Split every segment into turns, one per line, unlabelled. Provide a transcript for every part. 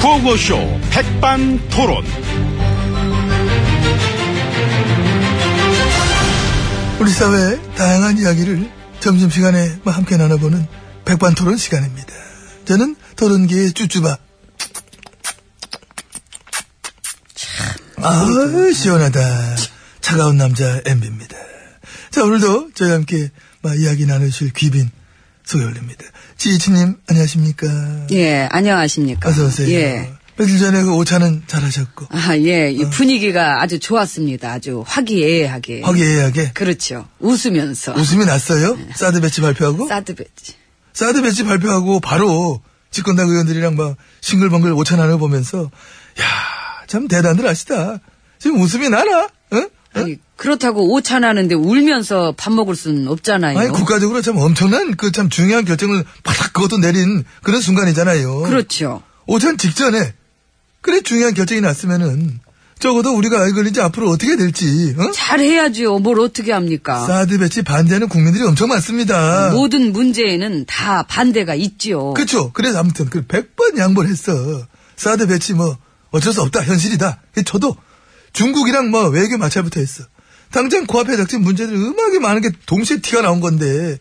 구호쇼 백반 토론.
우리 사회의 다양한 이야기를 점심시간에 뭐 함께 나눠보는 백반토론 시간입니다. 저는 토론계의 쭈쭈바. 아, 시원하다. 차가운 남자 엠비입니다. 자, 오늘도 저희와 함께 막 이야기 나누실 귀빈 소개 올립니다. 지희치님, 안녕하십니까?
예, 안녕하십니까.
어서오세요.
예.
며칠 전에 그 오차는 잘하셨고,
아, 예, 이 분위기가 아주 좋았습니다. 아주
예.
화기애애하게.
어. 화기애애하게
그렇죠. 웃으면서.
웃음이 났어요? 사드 배치 발표하고?
사드베지.
사드 배치 발표하고 바로 집권당 의원들이랑 막 싱글벙글 오차 나눠보면서 야 참 대단들 하시다. 지금 웃음이 나나? 응?
아니, 그렇다고 오찬 하는데 울면서 밥 먹을 순 없잖아요.
아니 국가적으로 참 엄청난 그 참 중요한 결정을 팍 그것도 내린 그런 순간이잖아요.
그렇죠.
오찬 직전에 그래 중요한 결정이 났으면은 적어도 우리가 이걸 이제 앞으로 어떻게 될지 응?
잘 해야지요. 뭘 어떻게 합니까?
사드 배치 반대하는 국민들이 엄청 많습니다.
모든 문제에는 다 반대가 있지요.
그쵸. 그래서 아무튼, 그, 100번 양보를 했어. 사드 배치 뭐, 어쩔 수 없다. 현실이다. 그 저도 중국이랑 뭐, 외교 마찰부터 했어. 당장 코앞에 닥친 문제들 음악이 많은 게 동시에 티가 나온 건데,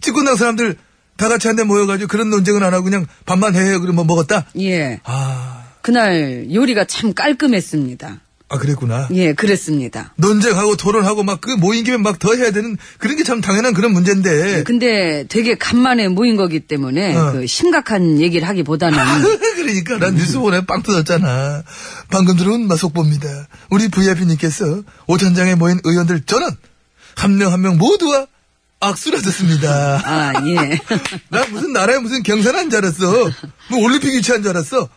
집권당 사람들 다 같이 한데 모여가지고 그런 논쟁은 안 하고 그냥 밥만 해. 그럼 뭐 먹었다?
예.
아,
그날 요리가 참 깔끔했습니다.
아, 그랬구나.
예, 그랬습니다.
논쟁하고 토론하고 막 그 모인 김에 막 더 해야 되는 그런 게 참 당연한 그런 문제인데.
근데 되게 간만에 모인 거기 때문에
네. 어.
그 심각한 얘기를 하기보다는
그러니까 난 뉴스 보내 빵 터졌잖아. 방금 들어온 마 속보입니다. 우리 VIP님께서 오천장에 모인 의원들 전원 한 명 한 명 모두와 악수를 하셨습니다.
아, 예.
나 무슨 나라에 무슨 경선한 줄 알았어. 뭐 올림픽 유치한 줄 알았어.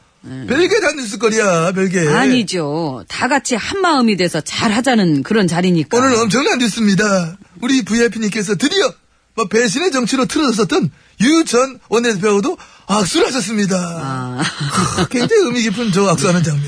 별게 다 뉴스거리야, 별게.
네. 아니죠. 다 같이 한 마음이 돼서 잘 하자는 그런 자리니까.
오늘 엄청난 뉴스입니다. 우리 VIP님께서 드디어 뭐 배신의 정치로 틀어졌었던 유 전 원내대표하고도 악수를 하셨습니다.
아.
크, 굉장히 의미 깊은 저 악수하는 장면.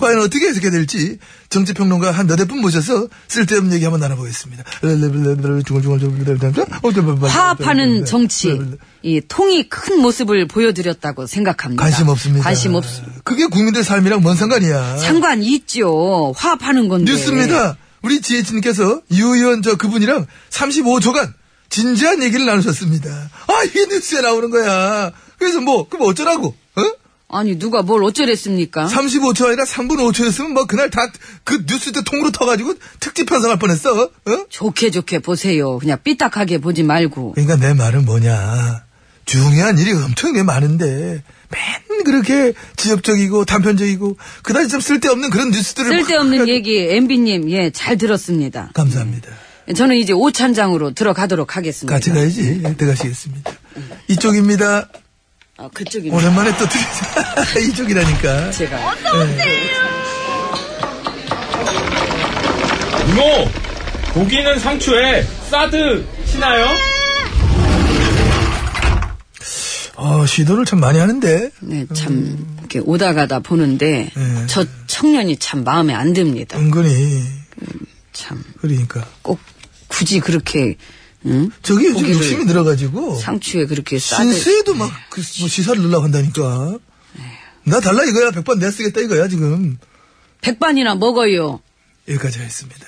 과연 어떻게 해석해야 될지 정치평론가 한 몇댓 분 모셔서 쓸데없는 얘기 한번 나눠보겠습니다. 네,
화합하는 정치, 이 통이 큰 모습을 보여드렸다고 생각합니다.
관심 없습니다. 네.
관심 없-
그게 국민들 삶이랑 뭔 상관이야.
상관 있죠. 화합하는 건데.
뉴스입니다. 우리 지혜진님께서 유 의원 저 그분이랑 35초간 진지한 얘기를 나누셨습니다. 아 이게 뉴스에 나오는 거야. 그래서 뭐 그럼 어쩌라고? 어?
아니 누가 뭘 어쩌랬습니까?
35초 아니라 3분 5초였으면 뭐 그날 다 그 뉴스 때 통으로 터가지고 특집 편성할 뻔했어. 어?
좋게 좋게 보세요. 그냥 삐딱하게 보지 말고.
그러니까 내 말은 뭐냐. 중요한 일이 엄청나게 많은데 맨 그렇게 지엽적이고 단편적이고 그다지 좀 쓸데없는 그런 뉴스들을 막
쓸데없는
해가지고.
얘기 MB님 예 잘 들었습니다.
감사합니다.
저는 이제 오찬장으로 들어가도록 하겠습니다.
같이 가야지. 네, 들어가시겠습니다. 이쪽입니다.
아, 그쪽입니다.
오랜만에 또 들으 이쪽이라니까.
제가
이모, 고기는 상추에 사드 시나요?
어, 시도를 참 많이 하는데.
네, 참 이렇게 오다 가다 보는데
예.
저 청년이 참 마음에 안 듭니다.
은근히.
참 꼭
그러니까.
굳이 그렇게 응?
저게 요즘
고기를
욕심이 늘어가지고.
상추에 네. 그렇게 싸대
신세에도 막, 그, 뭐 시사를 넣으려고 한다니까.
네.
나 달라 이거야. 백반 내 쓰겠다 이거야, 지금.
백반이나 먹어요.
여기까지 하겠습니다.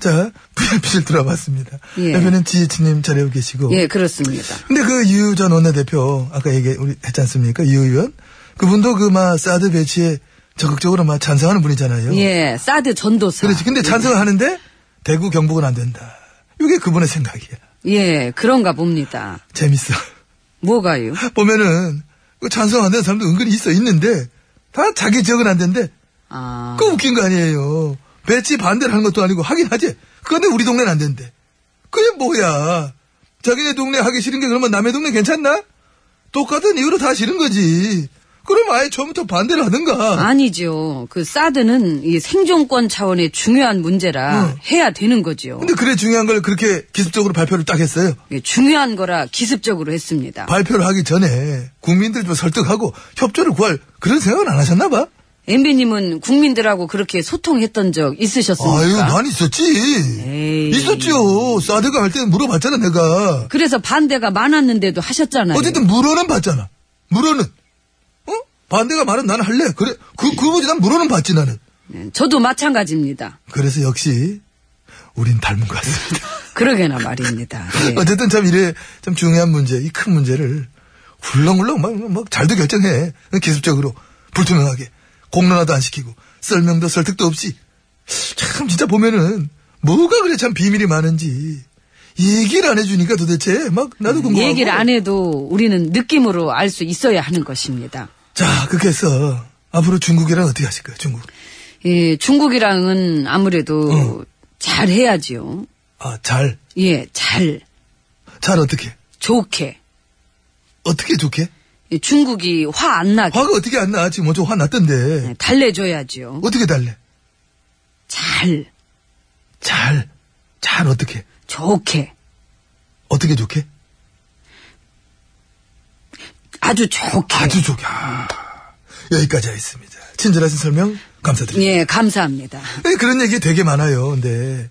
자, VIP실 들어봤습니다.
예.
옆에는 지혜치님 잘하고 계시고.
예, 그렇습니다.
근데 그 유 전 원내대표 아까 얘기 우리 했지 않습니까? 유 의원 그분도 그 막 사드 배치에 적극적으로 막 찬성하는 분이잖아요.
예, 사드 전도사.
그렇지. 근데 찬성을 하는데 대구 경북은 안 된다. 이게 그분의 생각이야.
예, 그런가 봅니다.
재밌어.
뭐가요?
보면은 그 찬성 안 되는 사람도 은근히 있어 있는데 다 자기 지역은 안 된대.
아,
그거 웃긴 거 아니에요. 배치 반대를 하는 것도 아니고 하긴 하지. 그런데 우리 동네는 안 된대. 그게 뭐야. 자기네 동네 하기 싫은 게 그러면 남의 동네 괜찮나? 똑같은 이유로 다 싫은 거지. 그럼 아예 처음부터 반대를 하든가.
아니죠. 그 사드는 이 생존권 차원의 중요한 문제라
응.
해야 되는 거지요.
근데 그래 중요한 걸 그렇게 기습적으로 발표를 딱 했어요.
예, 중요한 거라 기습적으로 했습니다.
발표를 하기 전에 국민들 좀 설득하고 협조를 구할 그런 생각은 안 하셨나 봐.
엠비님은 국민들하고 그렇게 소통했던 적 있으셨습니까?
아유, 난 있었지.
그러니까. 에이.
있었지요. 사드가 할 때는 물어봤잖아, 내가.
그래서 반대가 많았는데도 하셨잖아요.
어쨌든 물어는 봤잖아. 물어는. 어? 반대가 말은 나는 할래. 그래. 그, 그거지. 난 물어는 봤지, 나는.
네, 저도 마찬가지입니다.
그래서 역시, 우린 닮은 것 같습니다.
그러게나 말입니다. 예.
어쨌든 참 이래, 참 중요한 문제, 이 큰 문제를 훌렁훌렁 막, 막 잘도 결정해. 기습적으로, 불투명하게. 공론화도 안 시키고, 설명도 설득도 없이. 참 진짜 보면은, 뭐가 그래 참 비밀이 많은지. 얘기를 안 해주니까 도대체 막 나도 궁금하고.
얘기를 안 해도 우리는 느낌으로 알 수 있어야 하는 것입니다.
자, 그렇게 해서 앞으로 중국이랑 어떻게 하실 까요 중국?
예, 중국이랑은 아무래도
어.
잘 해야지요.
아, 잘.
예, 잘,
잘 어떻게?
좋게.
어떻게 좋게?
예, 중국이 화 안 나게
화가 어떻게 안 나? 지금 먼저 화 났던데.
예, 달래줘야지요.
어떻게 달래?
잘,
잘. 잘 어떻게?
좋게.
어떻게 좋게?
아주 좋게.
아주 좋게. 아, 여기까지 하겠습니다. 친절하신 설명 감사드립니다.
예, 감사합니다.
네, 그런 얘기 되게 많아요. 근데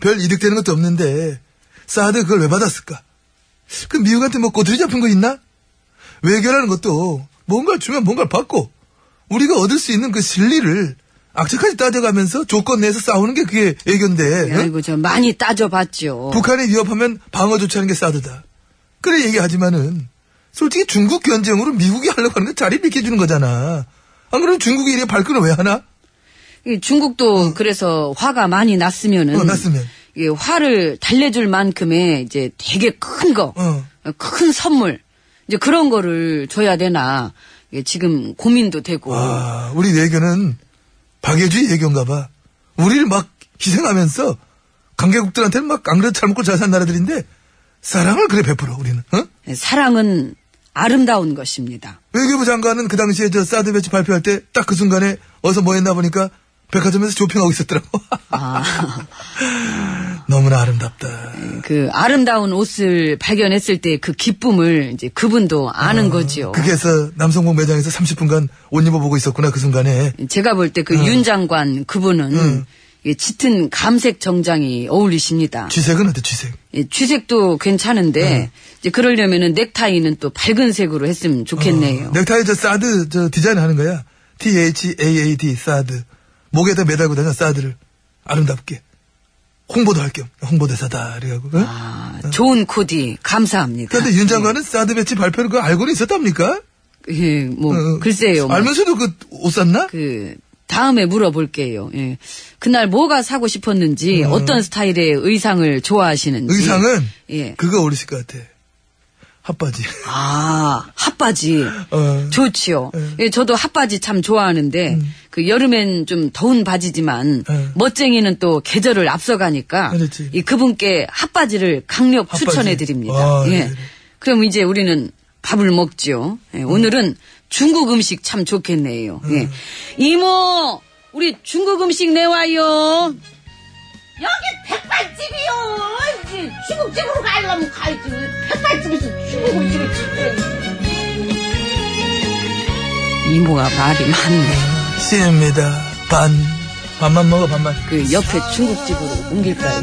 별 이득되는 것도 없는데 사드 그걸 왜 받았을까? 그 미국한테 뭐 꼬투리 잡힌 거 있나? 외교라는 것도 뭔가를 주면 뭔가를 받고 우리가 얻을 수 있는 그 실리를 악착같이 따져가면서 조건 내에서 싸우는 게 그게 애교인데 응?
아이고, 저 많이 따져봤죠.
어. 북한이 위협하면 방어 조치하는 게 사드다. 그래 얘기하지만은 솔직히 중국 견제용으로 미국이 하려고 하는 건 자리 비켜주는 거잖아. 안 그러면 중국이 이래 발끈을 왜 하나?
이 중국도 그래서 화가 많이 났으면은.
어, 났으면.
이 화를 달래줄 만큼의 이제 되게 큰 거,
어.
큰 선물, 이제 그런 거를 줘야 되나. 이게 지금 고민도 되고.
아, 우리 외교는 박예주의 외교인가 봐. 우리를 막 희생하면서 관계국들한테는 막 안 그래도 잘 먹고 잘 산 나라들인데 사랑을 그래 베풀어 우리는. 어?
예, 사랑은 아름다운 것입니다.
외교부 장관은 그 당시에 저 사드 배치 발표할 때 딱 그 순간에 어서 뭐 했나 보니까 백화점에서 쇼핑하고 있었더라고.
아,
너무나 아름답다.
그 아름다운 옷을 발견했을 때 그 기쁨을 이제 그분도 아는 거지요.
그게 해서 남성복 매장에서 30분간 옷 입어보고 있었구나 그 순간에.
제가 볼 때
음.
그 윤 장관 그분은 이 짙은 감색 정장이 어울리십니다.
쥐색은 어때 쥐색?
예,
네.
쥐색도 괜찮은데 이제 그러려면은 넥타이는 또 밝은 색으로 했으면 좋겠네요.
어, 넥타이 저 사드 저 디자인 하는 거야. T H A A D 사드 목에다 매달고 다녀 사드를 아름답게 홍보도 할 겸 홍보대사다 이래가고. 응?
아, 좋은 코디 감사합니다.
그런데 윤 장관은 사드 배치 발표를 그 알고는 있었답니까?
예, 뭐
어,
글쎄요. 뭐.
알면서도 그 옷 샀나?
그 다음에 물어볼게요. 예. 그날 뭐가 사고 싶었는지 어떤 스타일의 의상을
음.
좋아하시는지
의상은
예.
그거 어울리실 것 같아. 핫바지.
아, 핫바지.
어.
좋지요. 예, 저도 핫바지 참 좋아하는데,
음.
그 여름엔 좀 더운 바지지만,
예.
멋쟁이는 또 계절을 앞서가니까,
그렇지.
이 그분께 핫바지를 강력
핫바지.
추천해드립니다.
아,
예.
네, 네.
그럼 이제 우리는 밥을 먹지요. 예, 오늘은 중국 음식 참 좋겠네요. 예. 이모! 우리 중국 음식 내와요.
여기 백발집이요. 이제 중국집으로 가려면 가야지. 백발집에서 중국 음식을 찍어야지.
이모가 말이 많네.
씨입니다. 반. 반만 먹어, 반만.
그 옆에 중국집으로 옮길까요?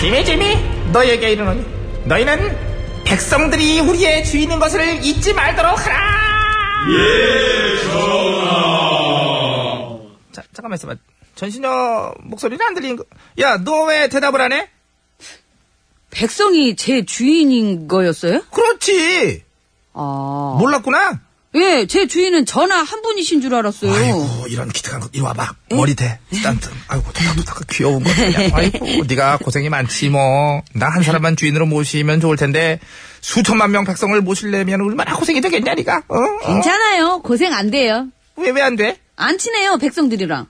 지미 지미 너에게 이르노니 너희는 백성들이 우리의 주인인 것을 잊지 말도록 하라. 자 잠깐만 있어봐. 전신여 목소리는 안 들리는 거. 야너 왜 대답을 안 해?
백성이 제 주인인 거였어요?
그렇지.
아.
몰랐구나.
예, 제 주인은 전하 한 분이신 줄 알았어요.
아이고 이런 기특한 거 이리 와봐 머리 대 딴뜻 아이고 토닥토닥 귀여운 거 그냥 아이고 네가 고생이 많지 뭐 나 한 사람만 주인으로 모시면 좋을 텐데 수천만 명 백성을 모시려면 얼마나 고생이 되겠냐 니가 어?
괜찮아요. 고생 안 돼요.
왜왜 안 돼?
안 친해요, 백성들이랑.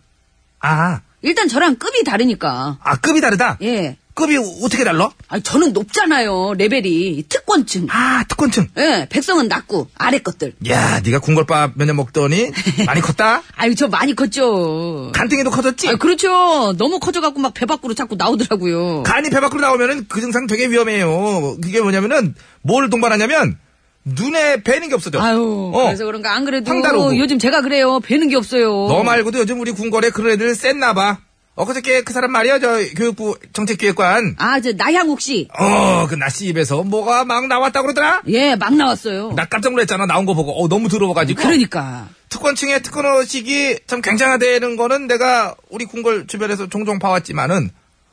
아,
일단 저랑 급이 다르니까.
아 급이 다르다
예.
급이 어떻게 달라?
아니, 저는 높잖아요, 레벨이. 특권층.
아 특권층
예, 백성은 낮고, 아래 것들.
야 네가 궁궐밥 몇 년 먹더니 많이 컸다
아유, 저 많이 컸죠.
간등이도 커졌지?
아, 그렇죠. 너무 커져갖고 막 배 밖으로 자꾸 나오더라고요.
간이 배 밖으로 나오면은 그 증상 되게 위험해요 그게 뭐냐면은 뭘 동반하냐면 눈에 뵈는 게 없어져
아유,
어.
그래서 그런가 안 그래도
황달 오고.
요즘 제가 그래요. 배는 게 없어요.
너 말고도 요즘 우리 궁궐에 그런 애들 쎘나봐. 엊그저께 그 사람 말이야, 저 교육부 정책기획관.
아, 저 나향욱 씨.
어, 그 나씨 입에서 뭐가 막 나왔다 그러더라?
예, 막 나왔어요.
나 깜짝 놀랐잖아, 나온 거 보고. 어, 너무 더러워가지고.
그러니까.
특권층의 특권의식이 참 굉장하다는 거는 내가 우리 궁궐 주변에서 종종 봐왔지만은,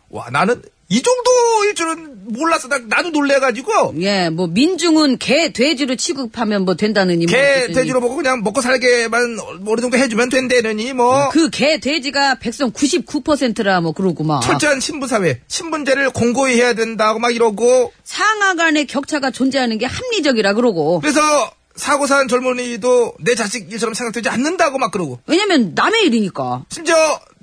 와, 나는 이 정도일 줄은 몰랐어. 나, 나도 놀래가지고.
예, 뭐 민중은 개 돼지로 취급하면 뭐 된다느니 뭐
개
어쨌든
돼지로 보고 그냥 먹고 살게만 어느 정도 해주면 된다느니 뭐.
음, 그개 돼지가 백성 99%라 뭐 그러고 막
철저한 신부사회, 신분제를 공고히 해야 된다고 막 이러고,
상하 간의 격차가 존재하는 게 합리적이라 그러고
그래서 사고 산 젊은이도 내 자식 일처럼 생각되지 않는다고 막 그러고
왜냐면 남의 일이니까
심지어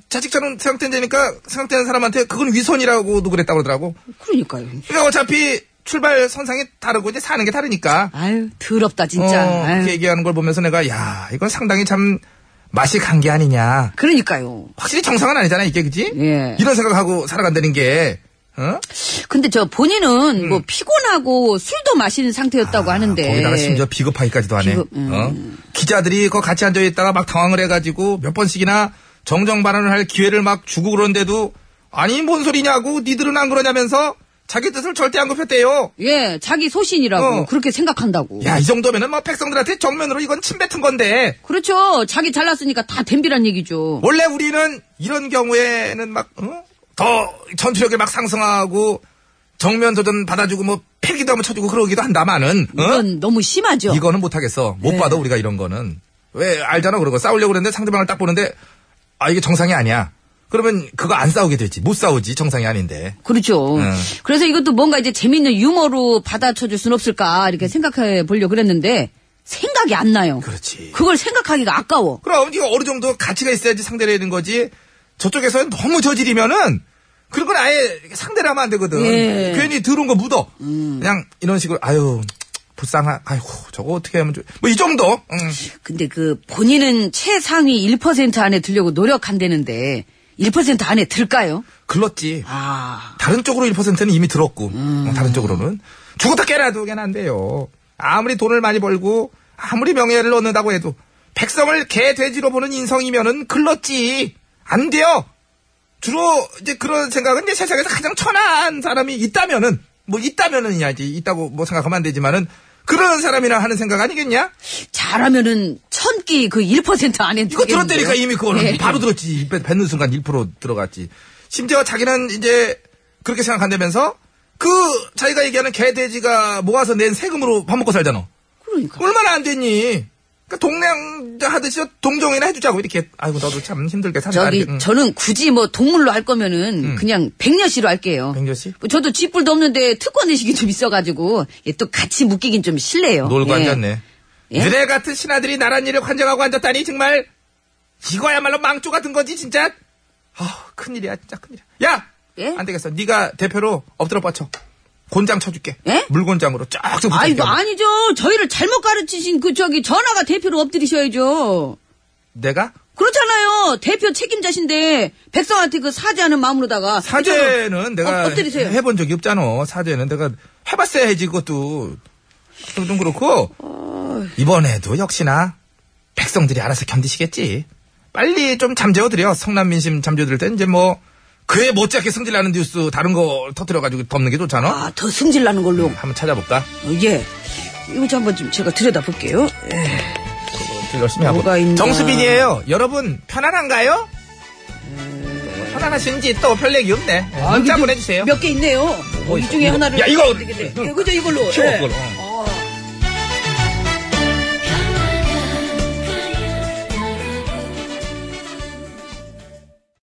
자식처럼 생각되니까 생각되는 사람한테 그건 위선이라고도 그랬다고 그러더라고
그러니까요.
그러니까 어차피 출발 선상이 다르고 이제 사는 게 다르니까
아유 더럽다 진짜.
어,
아유,
그렇게 얘기하는 걸 보면서 내가 야 이건 상당히 참 맛이 간 게 아니냐
그러니까요.
확실히 정상은 아니잖아 이게 그지
예.
이런 생각하고 살아간다는 게 어?
근데 저 본인은 뭐 피곤하고 술도 마시는 상태였다고 하는데
음. 아, 거기다가 심지어 비겁하기까지도 하네.
예. 비겁, 음.
어? 기자들이 거 같이 앉아있다가 막 당황을 해가지고 몇 번씩이나 정정 발언을 할 기회를 막 주고 그러는데도 아니 뭔 소리냐고 니들은 안 그러냐면서 자기 뜻을 절대 안 굽혔대요.
예 자기 소신이라고
어.
그렇게 생각한다고.
야 이 정도면은 뭐 백성들한테 정면으로 이건 침뱉은 건데
그렇죠. 자기 잘났으니까 다 댐비란 얘기죠.
원래 우리는 이런 경우에는 막 어? 더 전투력이 막 상승하고 정면 도전 받아주고 뭐 패기도 한번 쳐주고 그러기도 한다마는 어?
이건 너무 심하죠.
이거는 못하겠어. 못
네.
봐도 우리가 이런 거는. 왜, 알잖아, 그러고. 싸우려고 그랬는데 상대방을 딱 보는데, 아, 이게 정상이 아니야. 그러면 그거 안 싸우게 되지. 못 싸우지, 정상이 아닌데.
그렇죠.
음.
그래서 이것도 뭔가 이제 재밌는 유머로 받아쳐줄 순 없을까 이렇게 생각해 보려 그랬는데 생각이 안 나요.
그렇지.
걸 생각하기가 아까워.
그럼 이거 어느 정도 가치가 있어야지 상대를 하는 거지. 저쪽에서는 너무 저지르면은, 그런 건 아예 상대를 하면 안 되거든.
예.
괜히 들어온 거 묻어. 그냥 이런 식으로, 아유, 불쌍하, 아이고, 저거 어떻게 하면 좋, 뭐, 이 정도. 음.
근데 그 본인은 최상위 1% 안에 들려고 노력한다는데 1% 안에 들까요?
글렀지.
아
다른 쪽으로 1%는 이미 들었고, 어, 다른 쪽으로는. 죽었다 깨라도 걔는 안 돼요. 아무리 돈을 많이 벌고, 아무리 명예를 얻는다고 해도, 백성을 개, 돼지로 보는 인성이면은 글렀지. 안 돼요! 주로, 이제 그런 생각은 이제 세상에서 가장 천한 사람이 있다면은, 뭐 있다면은, 야지 있다고 뭐 생각하면 안 되지만은, 그런 사람이나 하는 생각 아니겠냐?
잘하면은 천기 그 1% 안에
이거
들겠는데요?
들었다니까 이미 그거는
예.
바로 들었지 뱉- 뱉는 순간 1% 들어갔지 심지어 자기는 이제 그렇게 생각한다면서 그 자기가 얘기하는 개돼지가 모아서 낸 세금으로 밥 먹고 살잖아
그러니까
얼마나 안 되니 그러니까 동냥 하듯이 동정이나 해주자고 이렇게 아이고 너도 참 힘들게 산다
저기
이렇게. 응.
저는 굳이 뭐 동물로 할 거면은 그냥 백녀시로 할게요.
음. 백녀시?
뭐 저도 쥐뿔도 없는데 특권 의식이 좀 있어가지고 예, 또 같이 묶이긴 좀 실례요.
놀고
예.
앉았네
예?
너네 같은 신하들이 나란 일을 환장하고 앉았다니 정말 이거야말로 망조 같은 거지 진짜 아 큰일이야 진짜 큰일이야 야
예?
안 되겠어 네가 대표로 엎드려 뻗쳐 곤장 쳐줄게
예?
물곤장으로 쫙쫙
아
붙여줄게
이거 아니죠. 저희를 잘못 가르치신 그 저기 전화가 대표로 엎드리셔야죠.
내가
그렇잖아요. 대표 책임자신데 백성한테 그 사죄하는 마음으로다가
사죄는 내가
어, 엎- 엎드리세요.
해본 적이 없잖아 사죄는 내가 해봤어야지 그것도 좀 그렇고 이번에도 역시나 백성들이 알아서 견디시겠지 빨리 좀 잠재워드려 성남 민심 잠재워드릴 땐 이제 뭐 그래 못지않게 승질나는 뉴스 다른 거 터트려가지고 덮는 게 좋잖아.
아, 더 승질 나는 걸로. 어,
한번 찾아볼까?
예. 이거 좀 한번 좀 제가 들여다볼게요. 예.
좀 열심히 하고.
뭐가 있나.
정수빈이에요. 여러분 편안한가요? 편안하신지 또 별 얘기 없네. 문자 보내주세요.
몇 개 있네요. 어, 음. 아, 이
뭐 있어,
중에
이거.
하나를.
야, 이거!
되겠네. 예, 그죠, 이걸로.
키워,
예.
그걸로.
아,